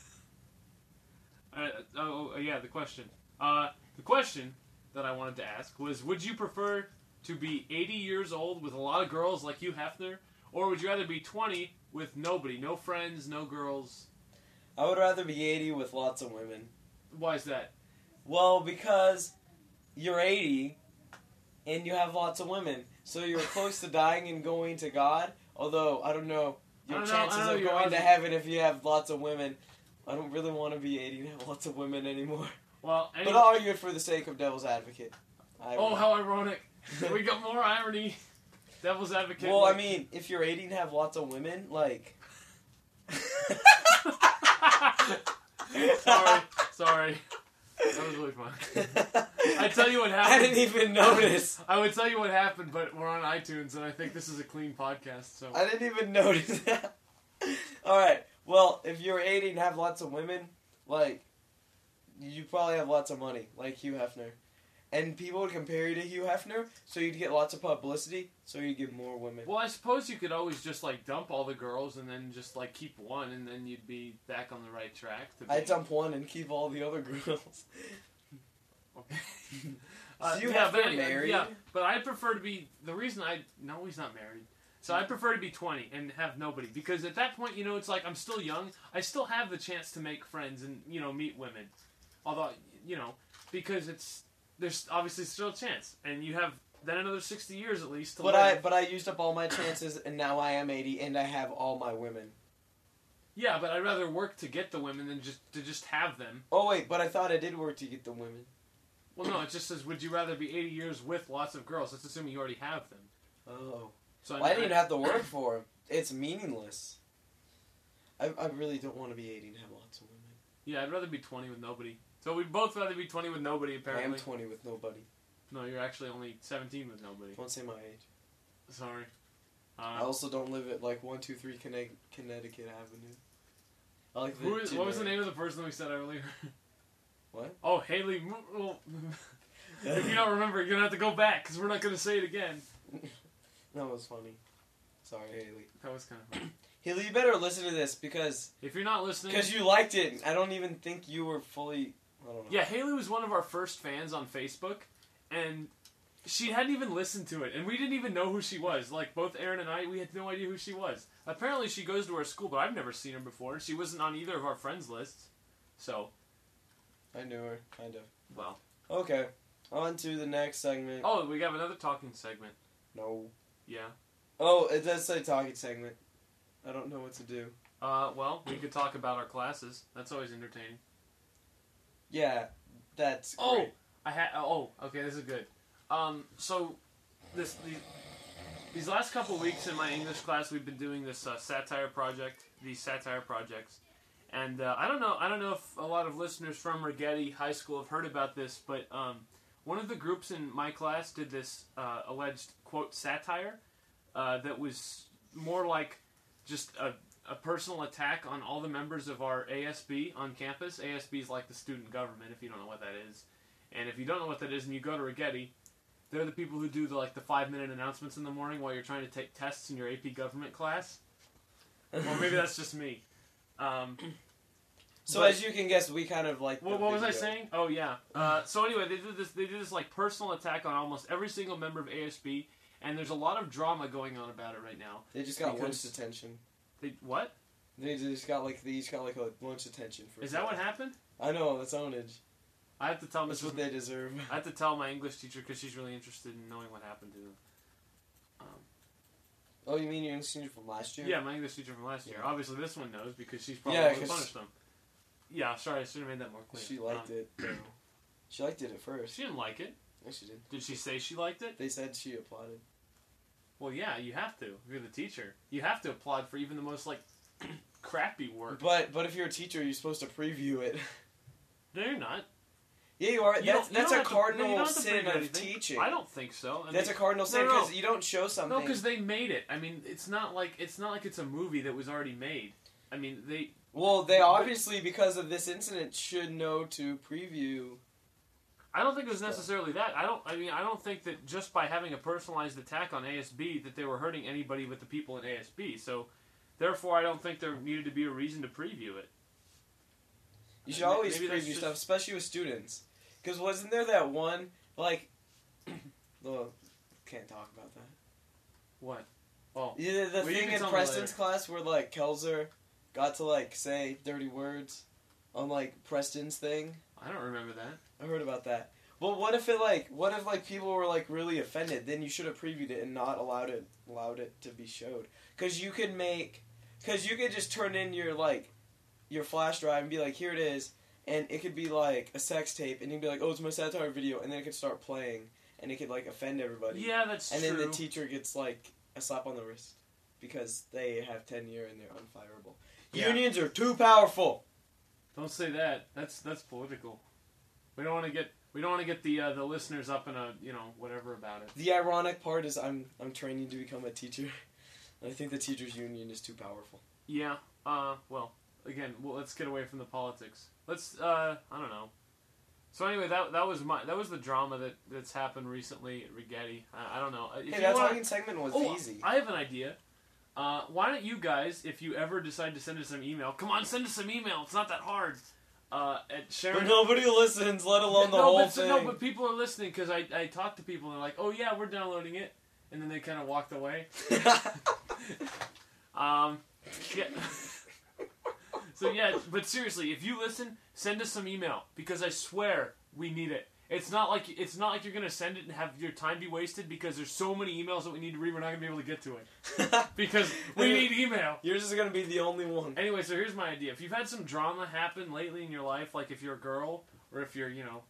Speaker 1: Uh, oh, oh, yeah, the question. Uh, the question that I wanted to ask was: Would you prefer to be 80 years old with a lot of girls like you Hefner, or would you rather be 20 with nobody, no friends, no girls?
Speaker 2: I would rather be 80 with lots of women.
Speaker 1: Why is that?
Speaker 2: Well, because you're 80 and you have lots of women, so you're close to dying and going to God. Although I don't know
Speaker 1: I
Speaker 2: your
Speaker 1: don't know- I
Speaker 2: chances
Speaker 1: don't know
Speaker 2: of
Speaker 1: your
Speaker 2: going to
Speaker 1: argument.
Speaker 2: heaven if you have lots of women. I don't really want to be 80 and have lots of women anymore.
Speaker 1: Well, any-
Speaker 2: But uh, I'll argue it for the sake of devil's advocate. I
Speaker 1: oh,
Speaker 2: would. [laughs]
Speaker 1: how ironic! we got more irony. Devil's advocate.
Speaker 2: well, I
Speaker 1: like-
Speaker 2: mean, if you're 80 and have lots of women, like.
Speaker 1: [laughs] sorry, sorry. That was really fun. I tell you what
Speaker 2: [laughs] I
Speaker 1: happened.
Speaker 2: didn't even notice.
Speaker 1: I would tell you what happened, but we're on iTunes, and I think this is a clean podcast. So
Speaker 2: I didn't even notice that. All right. Well, if you're 80 and have lots of women, like, you probably have lots of money, like Hugh Hefner. And people would compare you to Hugh Hefner, so you'd get lots of publicity, so you'd get more women.
Speaker 1: well, I suppose you could always just like dump all the girls, and then just like keep one, and then you'd be back on the right track. To be... [laughs]
Speaker 2: I dump one and keep all the other girls.
Speaker 1: Okay. Uh,
Speaker 2: Hugh
Speaker 1: yeah,
Speaker 2: Hefner
Speaker 1: but,
Speaker 2: married?
Speaker 1: yeah, but I prefer to be the reason I no, he's not married. So I prefer to be 20 and have nobody because at that point, you know, it's like I'm still young. I still have the chance to make friends and you know meet women, although you know because it's there's obviously still a chance, and you have then another 60 years at least to
Speaker 2: But I
Speaker 1: live.
Speaker 2: but I used up all my chances, and now I am 80, and I have all my women.
Speaker 1: yeah, but I'd rather work to get the women than just to just have them.
Speaker 2: Oh wait, but I thought I did work to get the women.
Speaker 1: Well, no, it just says, would you rather be 80 years with lots of girls? That's assuming you already have them.
Speaker 2: Oh.
Speaker 1: So
Speaker 2: Well, I
Speaker 1: mean,
Speaker 2: didn't have the word for him. It's meaningless. I, I really don't want to be 80 and have lots of women.
Speaker 1: Yeah, I'd rather be 20 with nobody. So we'd both rather be 20 with nobody,
Speaker 2: I am
Speaker 1: apparently.
Speaker 2: 20 with nobody.
Speaker 1: no, you're actually only 17 with nobody.
Speaker 2: Don't say my age.
Speaker 1: Sorry.
Speaker 2: I
Speaker 1: Uh,
Speaker 2: also don't live at like 123 Conne- Connecticut Avenue. I like the
Speaker 1: Who is,
Speaker 2: two
Speaker 1: what was the
Speaker 2: nerds.
Speaker 1: name of the person we said earlier? [laughs]
Speaker 2: What?
Speaker 1: Oh, Haley. Mo- Well, [laughs] if you don't remember, you're gonna have to go back because we're not gonna say it again.
Speaker 2: [laughs] That was funny. Sorry, Haley.
Speaker 1: That was kind of. Funny.
Speaker 2: Haley, you better listen to this because
Speaker 1: If you're not listening,
Speaker 2: because you liked it. I don't even think you were fully. I don't know.
Speaker 1: yeah, Haley was one of our first fans on Facebook, and she hadn't even listened to it, and we didn't even know who she was. Like both Aaron and I, we had no idea who she was. Apparently, she goes to our school, but I've never seen her before. She wasn't on either of our friends lists, so
Speaker 2: I knew her kind of.
Speaker 1: well.
Speaker 2: Okay, on to the next segment.
Speaker 1: Oh, we have another talking segment.
Speaker 2: No.
Speaker 1: Yeah.
Speaker 2: Oh, it does say talking segment. I don't know what to do.
Speaker 1: Uh, well, we could talk about our classes. That's always entertaining.
Speaker 2: Yeah, that's.
Speaker 1: Oh,
Speaker 2: great.
Speaker 1: I had. Oh, okay, this is good. Um, so this these, these last couple weeks in my English class, we've been doing this uh, satire project, these satire projects, and uh, I don't know. I don't know if a lot of listeners from Rigetti High School have heard about this, but um, one of the groups in my class did this uh, alleged quote satire uh, that was more like just a. A personal attack on all the members of our ASB on campus. ASB is like the student government, if you don't know what that is. And if you don't know what that is, and you go to Rigetti, they're the people who do the like the five minute announcements in the morning while you're trying to take tests in your AP government class. Or maybe that's just me.
Speaker 2: [laughs]
Speaker 1: Um,
Speaker 2: so
Speaker 1: but-
Speaker 2: as you can guess, we kind of like. the
Speaker 1: what, what was I
Speaker 2: video.
Speaker 1: saying? Oh yeah. Uh, so anyway, they did this. They did this like personal attack on almost every single member of ASB, and there's a lot of drama going on about it right now.
Speaker 2: They just got
Speaker 1: Because-
Speaker 2: lunch detention.
Speaker 1: They, what
Speaker 2: They just got like they each got like a lunch detention for.
Speaker 1: is that? What happened?
Speaker 2: I know that's ownage.
Speaker 1: I have to tell
Speaker 2: That's
Speaker 1: Mrs.
Speaker 2: what they deserve.
Speaker 1: I have to tell my English teacher because she's really interested in knowing what happened to them.
Speaker 2: Oh, you mean your senior from last year?
Speaker 1: Yeah, my English teacher from last year.
Speaker 2: Yeah.
Speaker 1: Obviously, this one knows because she's probably
Speaker 2: Yeah,
Speaker 1: the one who
Speaker 2: 'cause-
Speaker 1: punished them. Yeah, sorry, I should have made that more clear. Um,
Speaker 2: She liked it. though. She liked it at first.
Speaker 1: She didn't like it.
Speaker 2: No, she did.
Speaker 1: Did she say she liked it?
Speaker 2: They said she applauded.
Speaker 1: Well, yeah, you have to. If you're the teacher, you have to applaud for even the most like [clears throat] crappy work.
Speaker 2: But but if you're a teacher, you're supposed to preview it.
Speaker 1: No, you're not.
Speaker 2: Yeah, you are.
Speaker 1: You
Speaker 2: that's
Speaker 1: don't- you
Speaker 2: that's
Speaker 1: don't
Speaker 2: a
Speaker 1: have to- no, you
Speaker 2: cardinal
Speaker 1: don't have to
Speaker 2: sin
Speaker 1: prove
Speaker 2: of
Speaker 1: anything.
Speaker 2: teaching.
Speaker 1: I don't think so. I
Speaker 2: that's a
Speaker 1: mean,
Speaker 2: cardinal sin
Speaker 1: no.
Speaker 2: because you don't show
Speaker 1: no,
Speaker 2: something.
Speaker 1: because they made it. I mean, it's not like it's not like it's a movie that was already made. I mean, they
Speaker 2: well, they
Speaker 1: but-
Speaker 2: obviously because of this incident should know to preview.
Speaker 1: I don't think it was
Speaker 2: Stuff.
Speaker 1: necessarily that. I don't. I mean, I don't think that just by having a personalized attack on ASB that they were hurting anybody but the people in ASB. So, therefore, I don't think there needed to be a reason to preview it.
Speaker 2: You should
Speaker 1: May-
Speaker 2: always
Speaker 1: maybe
Speaker 2: preview
Speaker 1: that's just-
Speaker 2: stuff, especially with students. Because wasn't there that one like? [clears throat] well, can't talk about that.
Speaker 1: What? Oh,
Speaker 2: Yeah, the
Speaker 1: Well, you
Speaker 2: thing
Speaker 1: can
Speaker 2: in
Speaker 1: tell me
Speaker 2: Preston's
Speaker 1: later.
Speaker 2: class where like Kelzer got to like say dirty words on like Preston's thing.
Speaker 1: I don't remember that.
Speaker 2: I heard about that. Well, what if it like what if like people were like really offended? Then you should have previewed it and not allowed it allowed it to be showed. Cause you could make, cause you could just turn in your like, your flash drive and be like, here it is, and it could be like a sex tape, and you'd be like, oh, it's my satire video, and then it could start playing, and it could like offend everybody.
Speaker 1: Yeah, that's
Speaker 2: And
Speaker 1: true.
Speaker 2: then the teacher gets like a slap on the wrist because they have tenure and they're unfireable.
Speaker 1: Yeah.
Speaker 2: Unions are too powerful.
Speaker 1: don't say that. That's that's political. We don't want to get we don't want to get the uh, the listeners up in a you know whatever about it.
Speaker 2: The ironic part is I'm I'm training to become a teacher. [laughs] And I think the teachers union is too powerful.
Speaker 1: Yeah. Uh. Well. Again. Well. Let's get away from the politics. Let's. Uh. I don't know. So anyway, that that was my that was the drama that that's happened recently at Rigetti. I, I don't know. Uh, If
Speaker 2: hey,
Speaker 1: you
Speaker 2: that
Speaker 1: wanna-
Speaker 2: talking segment was
Speaker 1: Oh,
Speaker 2: easy.
Speaker 1: I have an idea. Uh, why don't you guys, if you ever decide to send us an email, come on, send us an email. It's not that hard. Uh, at Sharon.
Speaker 2: nobody listens, let alone the
Speaker 1: no,
Speaker 2: whole
Speaker 1: but,
Speaker 2: thing.
Speaker 1: no, but people are listening because I, I talk to people and they're like, oh yeah, we're downloading it, and then they kind of walked away. Um,
Speaker 2: [laughs]
Speaker 1: yeah. so yeah, but seriously, if you listen, send us some email because I swear we need it. It's not like it's not like you're gonna send it and have your time be wasted because there's so many emails that we need to read. We're not gonna be able to get to it because
Speaker 2: [laughs]
Speaker 1: we need email.
Speaker 2: You're just gonna be the only one.
Speaker 1: Anyway, so here's my idea. If you've had some drama happen lately in your life, like if you're a girl or if you're, you know,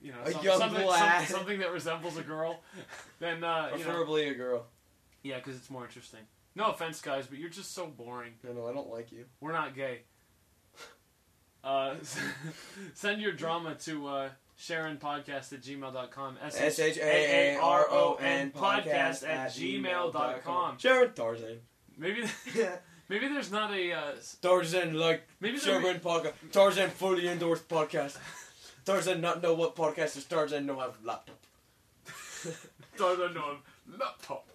Speaker 1: you know,
Speaker 2: A
Speaker 1: some-
Speaker 2: young
Speaker 1: something,
Speaker 2: lad.
Speaker 1: some- something that resembles a girl, then uh, you know,
Speaker 2: Preferably a girl.
Speaker 1: yeah, because it's more interesting. No offense, guys, but you're just so boring.
Speaker 2: No, no, I don't like you.
Speaker 1: We're not gay. Uh, [laughs] send your drama to uh, SharonPodcast at gmail.com.
Speaker 2: S H A A R O N
Speaker 1: podcast at
Speaker 2: gmail dot com.
Speaker 1: gmail.com. [laughs]
Speaker 2: Sharon Tarzan.
Speaker 1: Maybe, Maybe there's not a. Uh, s-
Speaker 2: Tarzan like
Speaker 1: Maybe they're
Speaker 2: Sherman podcast. Tarzan fully endorsed podcast. Tarzan not know what podcast is. Tarzan know have laptop.
Speaker 1: [laughs] Tarzan on laptop.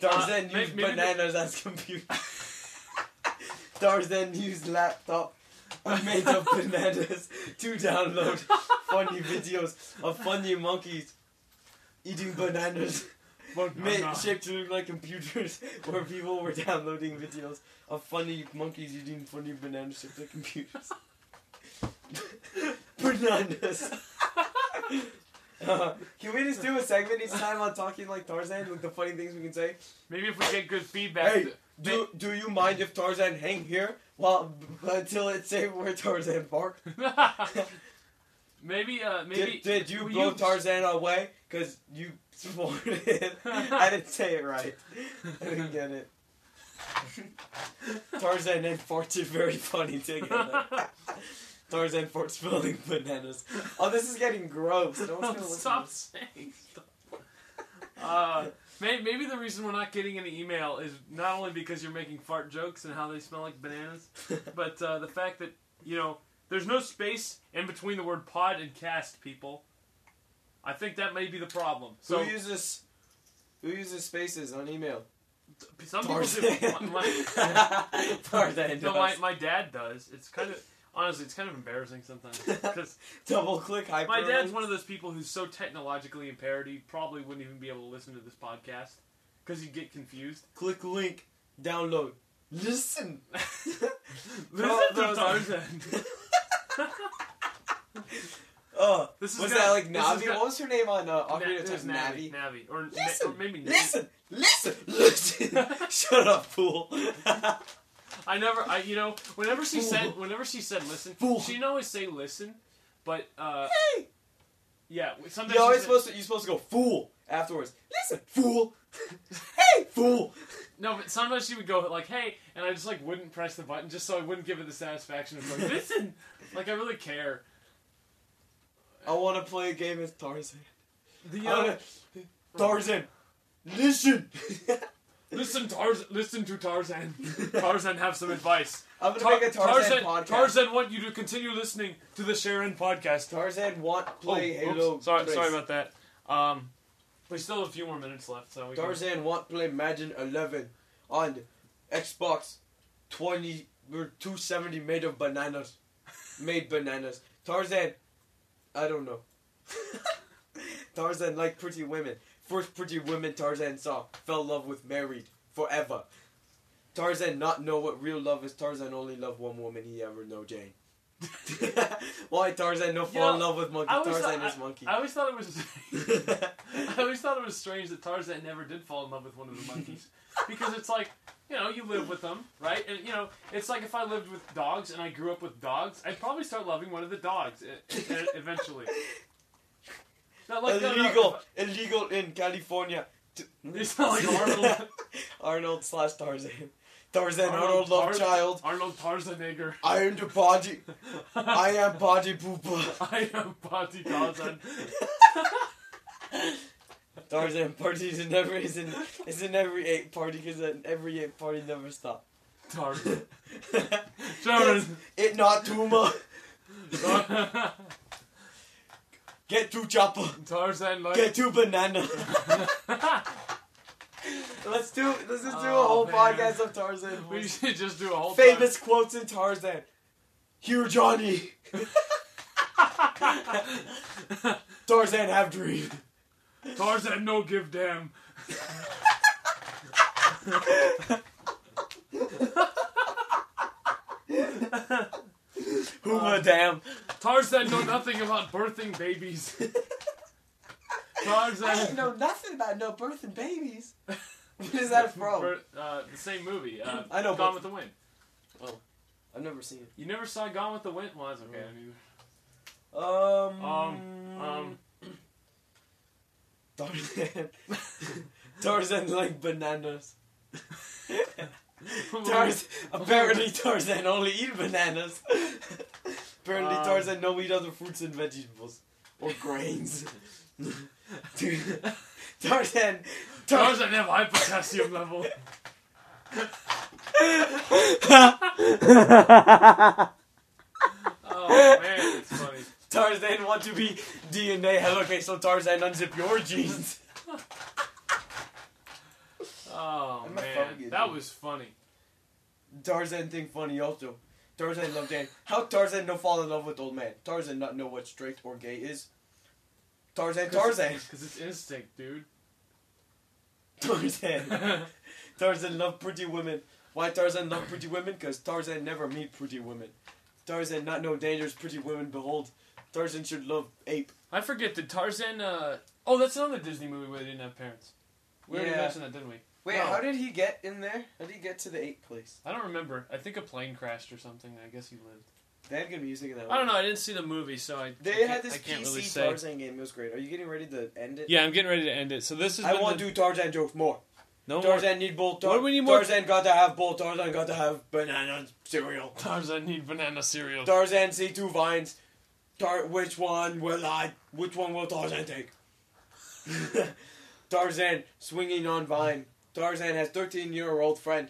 Speaker 2: Tarzan
Speaker 1: Uh, may-
Speaker 2: used
Speaker 1: maybe
Speaker 2: bananas as computer. [laughs] Tarzan used laptop
Speaker 1: [laughs]
Speaker 2: made of bananas to download funny videos of funny monkeys eating bananas. Made,
Speaker 1: Banana.
Speaker 2: shaped to look like computers [laughs] where people were downloading videos of funny monkeys eating funny bananas shaped like computers. [laughs] bananas. [laughs] Uh, can we just do a segment each time on talking like Tarzan? Like the funny things we can say?
Speaker 1: Maybe if we get good feedback.
Speaker 2: Hey, Do Do you mind if Tarzan hang here while until it say where Tarzan barked?
Speaker 1: [laughs] maybe uh, maybe
Speaker 2: Did, did you
Speaker 1: Will
Speaker 2: blow
Speaker 1: you-
Speaker 2: Tarzan away? Cause you [laughs] swore
Speaker 1: [laughs]
Speaker 2: it. I didn't say it right. I didn't get it. Tarzan and farted very
Speaker 1: [laughs]
Speaker 2: funny together. Tarzan farts spilling bananas.
Speaker 1: [laughs]
Speaker 2: Oh, this is getting gross. No one's gonna listen. to
Speaker 1: Stop
Speaker 2: this.
Speaker 1: saying stuff. Uh, may, maybe the reason we're not getting any email is not only because you're making fart jokes and how they smell like bananas, [laughs] but uh, the fact that you know there's no space in between the word pod and cast. People, I think that may be the problem. So
Speaker 4: who uses who uses spaces on email?
Speaker 1: some people do.
Speaker 2: Tarzan.
Speaker 1: My, my-
Speaker 2: [laughs] Tarzan
Speaker 1: no, my,
Speaker 2: does.
Speaker 1: my dad does. It's kind of honestly, it's kind of embarrassing sometimes
Speaker 2: [laughs]
Speaker 1: because
Speaker 2: Double click hyperlink.
Speaker 1: my dad's one of those people who's so technologically impaired he probably wouldn't even be able to listen to this podcast because he'd get confused.
Speaker 2: Click link, download,
Speaker 1: [laughs]
Speaker 2: listen. [laughs] Oh,
Speaker 1: Listen to
Speaker 2: those are-
Speaker 1: Tarzan.
Speaker 2: [laughs] Oh,
Speaker 1: This is
Speaker 2: was
Speaker 1: gonna-
Speaker 2: that like
Speaker 1: this is
Speaker 2: Navi?
Speaker 1: gonna-
Speaker 2: what was her name on uh,
Speaker 1: Na-
Speaker 2: Ocarina of
Speaker 1: there's
Speaker 2: Time?
Speaker 1: Navi.
Speaker 2: Navi.
Speaker 1: Navi. Or, na-
Speaker 2: Listen,
Speaker 1: or maybe Navi.
Speaker 2: listen, listen, listen. [laughs] Shut up, fool. [laughs]
Speaker 1: I never, I you know, whenever she
Speaker 2: Fool.
Speaker 1: said, whenever she said listen,
Speaker 2: Fool.
Speaker 1: she didn't always say listen, but, uh,
Speaker 2: hey,
Speaker 1: yeah, sometimes
Speaker 2: you're
Speaker 1: she
Speaker 2: always
Speaker 1: said-
Speaker 2: supposed to. You're supposed to go fool afterwards. Listen, fool. [laughs] hey, fool.
Speaker 1: no, but sometimes she would go like, hey, and I just like wouldn't press the button just so I wouldn't give her the satisfaction of going, listen, like I really care.
Speaker 2: I want to play a game with Tarzan.
Speaker 1: The,
Speaker 2: I
Speaker 1: uh,
Speaker 2: wanna- Tarzan, listen.
Speaker 1: listen, Tarzan, listen to Tarzan. Tarzan have some advice.
Speaker 2: [laughs] I'm gonna
Speaker 1: Tar-
Speaker 2: make a Tarzan, podcast.
Speaker 1: Tarzan want you to continue listening to the Sharon podcast.
Speaker 2: Tarzan want play
Speaker 1: Oh,
Speaker 2: Halo.
Speaker 1: oops. Sorry,
Speaker 2: Grace.
Speaker 1: sorry about that. Um, we still have a few more minutes left, so we can-
Speaker 2: Tarzan want play Madden 11 on Xbox 20 or 270 made of
Speaker 1: [laughs]
Speaker 2: bananas. Made bananas. Tarzan, I
Speaker 1: [laughs]
Speaker 2: don't know. Tarzan like pretty women. First pretty women Tarzan saw fell in love with married forever. Tarzan not know what real love is. Tarzan only loved one woman he ever know,
Speaker 1: [laughs]
Speaker 2: Jane. Why Tarzan no fall in
Speaker 1: know,
Speaker 2: love with monkey?
Speaker 1: I always
Speaker 2: Tarzan
Speaker 1: thought-
Speaker 2: is monkey. [laughs]
Speaker 1: I always thought it was. [laughs] I always thought it was strange that Tarzan never did fall in love with one of the
Speaker 2: [laughs]
Speaker 1: monkeys, because it's like, you know, you live with them, right? And you know, it's like if I lived with dogs and I grew up with dogs, I'd probably start loving one of the dogs e-
Speaker 2: [laughs]
Speaker 1: e- eventually. Not like, no, no,
Speaker 2: illegal, illegal in California. T-
Speaker 1: It's not like
Speaker 2: [laughs]
Speaker 1: Arnold.
Speaker 2: Arnold slash Tarzan. Tarzan
Speaker 1: Arnold
Speaker 2: Arnold, love
Speaker 1: Tar-
Speaker 2: child.
Speaker 1: Arnold Tarzanegger. [laughs]
Speaker 2: I am the body. I am body
Speaker 1: [laughs]
Speaker 2: pooper.
Speaker 1: I am Ponty Tarzan.
Speaker 2: Tarzan parties in every is in, is in every eight party because every eight party
Speaker 1: [laughs]
Speaker 2: never stop. [laughs]
Speaker 1: Tarzan.
Speaker 2: It's-
Speaker 1: Tarzan.
Speaker 2: it not Tuma. Get two chopper.
Speaker 1: Tarzan like
Speaker 2: Get
Speaker 1: [laughs]
Speaker 2: two banana. [laughs] let's do let's just do a
Speaker 1: Oh,
Speaker 2: whole
Speaker 1: man.
Speaker 2: podcast of Tarzan.
Speaker 1: We should just do a whole
Speaker 2: Famous quotes in Tarzan. Here, Johnny. Tarzan have dream.
Speaker 1: Time. [laughs] Tarzan no give damn.
Speaker 2: Huma damn.
Speaker 1: Tarzan know nothing about birthing
Speaker 2: [laughs]
Speaker 1: babies. Tarzan.
Speaker 2: know nothing about no birth and babies. [laughs] What is that from?
Speaker 1: Bir- uh, the same movie. Uh,
Speaker 2: [clears throat] I know,
Speaker 1: Gone
Speaker 2: but-
Speaker 1: with the Wind.
Speaker 2: I've never seen
Speaker 1: You never saw Gone with the Wind? Well, that's okay.
Speaker 2: Mm.
Speaker 1: I mean,
Speaker 2: it. Um.
Speaker 1: Um,
Speaker 2: [coughs]
Speaker 1: um,
Speaker 2: Tarzan. [laughs] Tarzan
Speaker 1: [laughs]
Speaker 2: like bananas.
Speaker 1: what was- [laughs]
Speaker 2: Tarz, apparently Tarzan only eat bananas. [laughs] apparently
Speaker 1: Um.
Speaker 2: Tarzan no eat other fruits and vegetables or
Speaker 1: [laughs]
Speaker 2: grains. Dude, [laughs] Tarzan, Tarzan, [laughs]
Speaker 1: Tarzan have high potassium level.
Speaker 2: [laughs]
Speaker 1: Oh man, it's funny.
Speaker 5: Tarzan want to be DNA. Hello, okay, so Tarzan unzip your jeans.
Speaker 1: Oh
Speaker 2: I'm not fucking
Speaker 1: man, that
Speaker 2: you.
Speaker 1: was funny.
Speaker 2: Tarzan think funny also. Tarzan love Dan. How Tarzan no fall in love with old man? Tarzan not know what straight or gay is. Tarzan, Tarzan,
Speaker 1: because it's instinct,
Speaker 2: [laughs]
Speaker 1: dude. [laughs]
Speaker 2: Tarzan. [laughs]
Speaker 1: That's
Speaker 2: Tarzan love pretty women. Why Tarzan love pretty women? Cause Tarzan never meet pretty women. Tarzan not know dangers pretty women behold. Tarzan should love ape.
Speaker 1: I forget did Tarzan. Uh, oh, that's another Disney movie where they didn't have parents. We already
Speaker 2: Yeah.
Speaker 1: mentioned that, didn't we?
Speaker 2: Wait,
Speaker 1: No.
Speaker 2: how did he get in there? How did he get to the ape place?
Speaker 1: I don't remember. I think a plane crashed or something. I guess he lived.
Speaker 2: They had good music in that.
Speaker 1: I
Speaker 2: one.
Speaker 1: don't know. I didn't see the movie, so I. I
Speaker 2: They
Speaker 1: can't-
Speaker 2: had this
Speaker 1: I can't
Speaker 2: PC
Speaker 1: really say.
Speaker 2: Tarzan game. It was great. Are you getting ready to end it?
Speaker 1: Yeah, I'm getting ready to end it. So this is.
Speaker 2: I want to do Tarzan jokes more.
Speaker 1: No more
Speaker 2: Tarzan need bowl. Tar-
Speaker 1: What do we need more-
Speaker 2: Tarzan got to have bowl. Tarzan got to have banana cereal.
Speaker 1: Tarzan need banana cereal.
Speaker 2: Tarzan see two vines. Tar- which one will I? Which one will Tarzan take? [laughs] Tarzan swinging on vine. Tarzan has thirteen year old friend.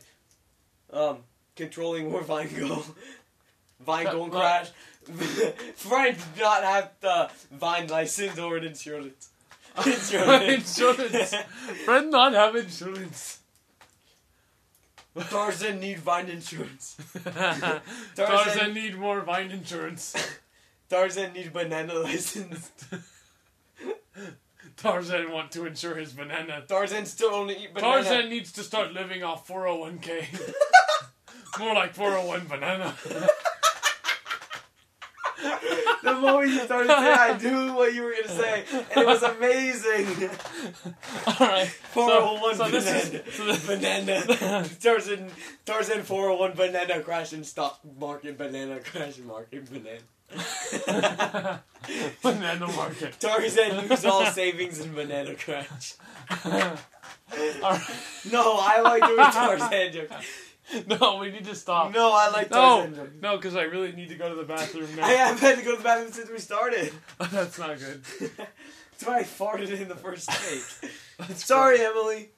Speaker 2: Um, controlling where vine go. [laughs] Vine
Speaker 1: Uh,
Speaker 2: go and crash. [laughs] Friend do not have the vine license
Speaker 1: [laughs]
Speaker 2: or insurance. Insurance.
Speaker 1: insurance. Friend not have insurance.
Speaker 2: [laughs]
Speaker 1: [laughs]
Speaker 2: Tarzan need
Speaker 1: [laughs]
Speaker 2: vine insurance.
Speaker 1: Tarzan,
Speaker 2: Tarzan
Speaker 1: need more vine insurance. [laughs]
Speaker 2: Tarzan need banana [laughs] license.
Speaker 1: Tarzan want to insure his banana.
Speaker 2: Tarzan still only eat banana.
Speaker 1: Tarzan needs to start living off
Speaker 2: [laughs]
Speaker 1: 401k. [laughs] More like 401 banana.
Speaker 2: The moment you started saying, I knew what you were gonna say, and it was amazing.
Speaker 1: Alright. [laughs]
Speaker 2: 401
Speaker 1: so this is-
Speaker 2: banana.
Speaker 1: so this- [laughs]
Speaker 2: banana. Tarzan, Tarzan 401 banana crash and stock market banana crash and market banana. [laughs]
Speaker 1: banana market.
Speaker 2: Tarzan lose all savings in banana crash.
Speaker 1: Alright.
Speaker 2: No, I like doing
Speaker 1: [laughs]
Speaker 2: Tarzan jokes.
Speaker 1: No, we need to stop.
Speaker 2: No, I like
Speaker 1: Oh. No,
Speaker 2: Tarzan jokes.
Speaker 1: no, because I really need to go to the bathroom
Speaker 2: I
Speaker 1: now.
Speaker 2: have had to go to the bathroom since we started.
Speaker 1: [laughs] That's not good.
Speaker 2: That's why I farted in the first [laughs] take.
Speaker 1: That's
Speaker 2: Sorry, Emily.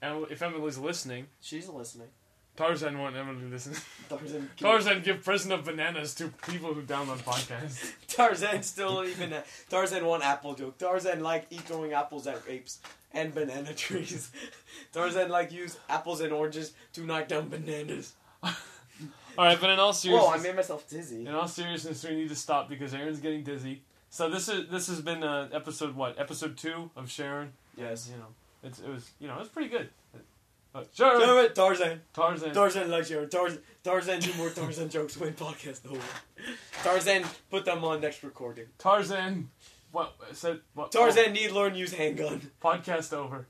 Speaker 1: And if Emily's listening,
Speaker 2: She's listening.
Speaker 1: Tarzan want Emily to listen.
Speaker 2: Tarzan.
Speaker 1: [laughs] Tarzan give prison of bananas to people who download podcasts.
Speaker 2: Tarzan still even. Tarzan one apple joke. Tarzan like eat throwing apples at apes and banana trees. [laughs] Tarzan like use apples and oranges to knock down bananas.
Speaker 1: All right, but in all seriousness,
Speaker 2: Whoa, I made myself dizzy.
Speaker 1: in all seriousness, we need to stop because Aaron's getting dizzy. So this is this has been uh, episode what episode two of Sharon.
Speaker 2: Yes.
Speaker 1: you know it's, it was you know it's pretty good. Uh, Sharon,
Speaker 2: Tarzan, Tarzan,
Speaker 1: Tarzan,
Speaker 2: Tarzan likes you. Tarzan, Tarzan, do more Tarzan jokes when podcast over. Tarzan, put them on next recording.
Speaker 1: Tarzan, what said what?
Speaker 2: Tarzan need learn use handgun.
Speaker 1: oh, podcast over.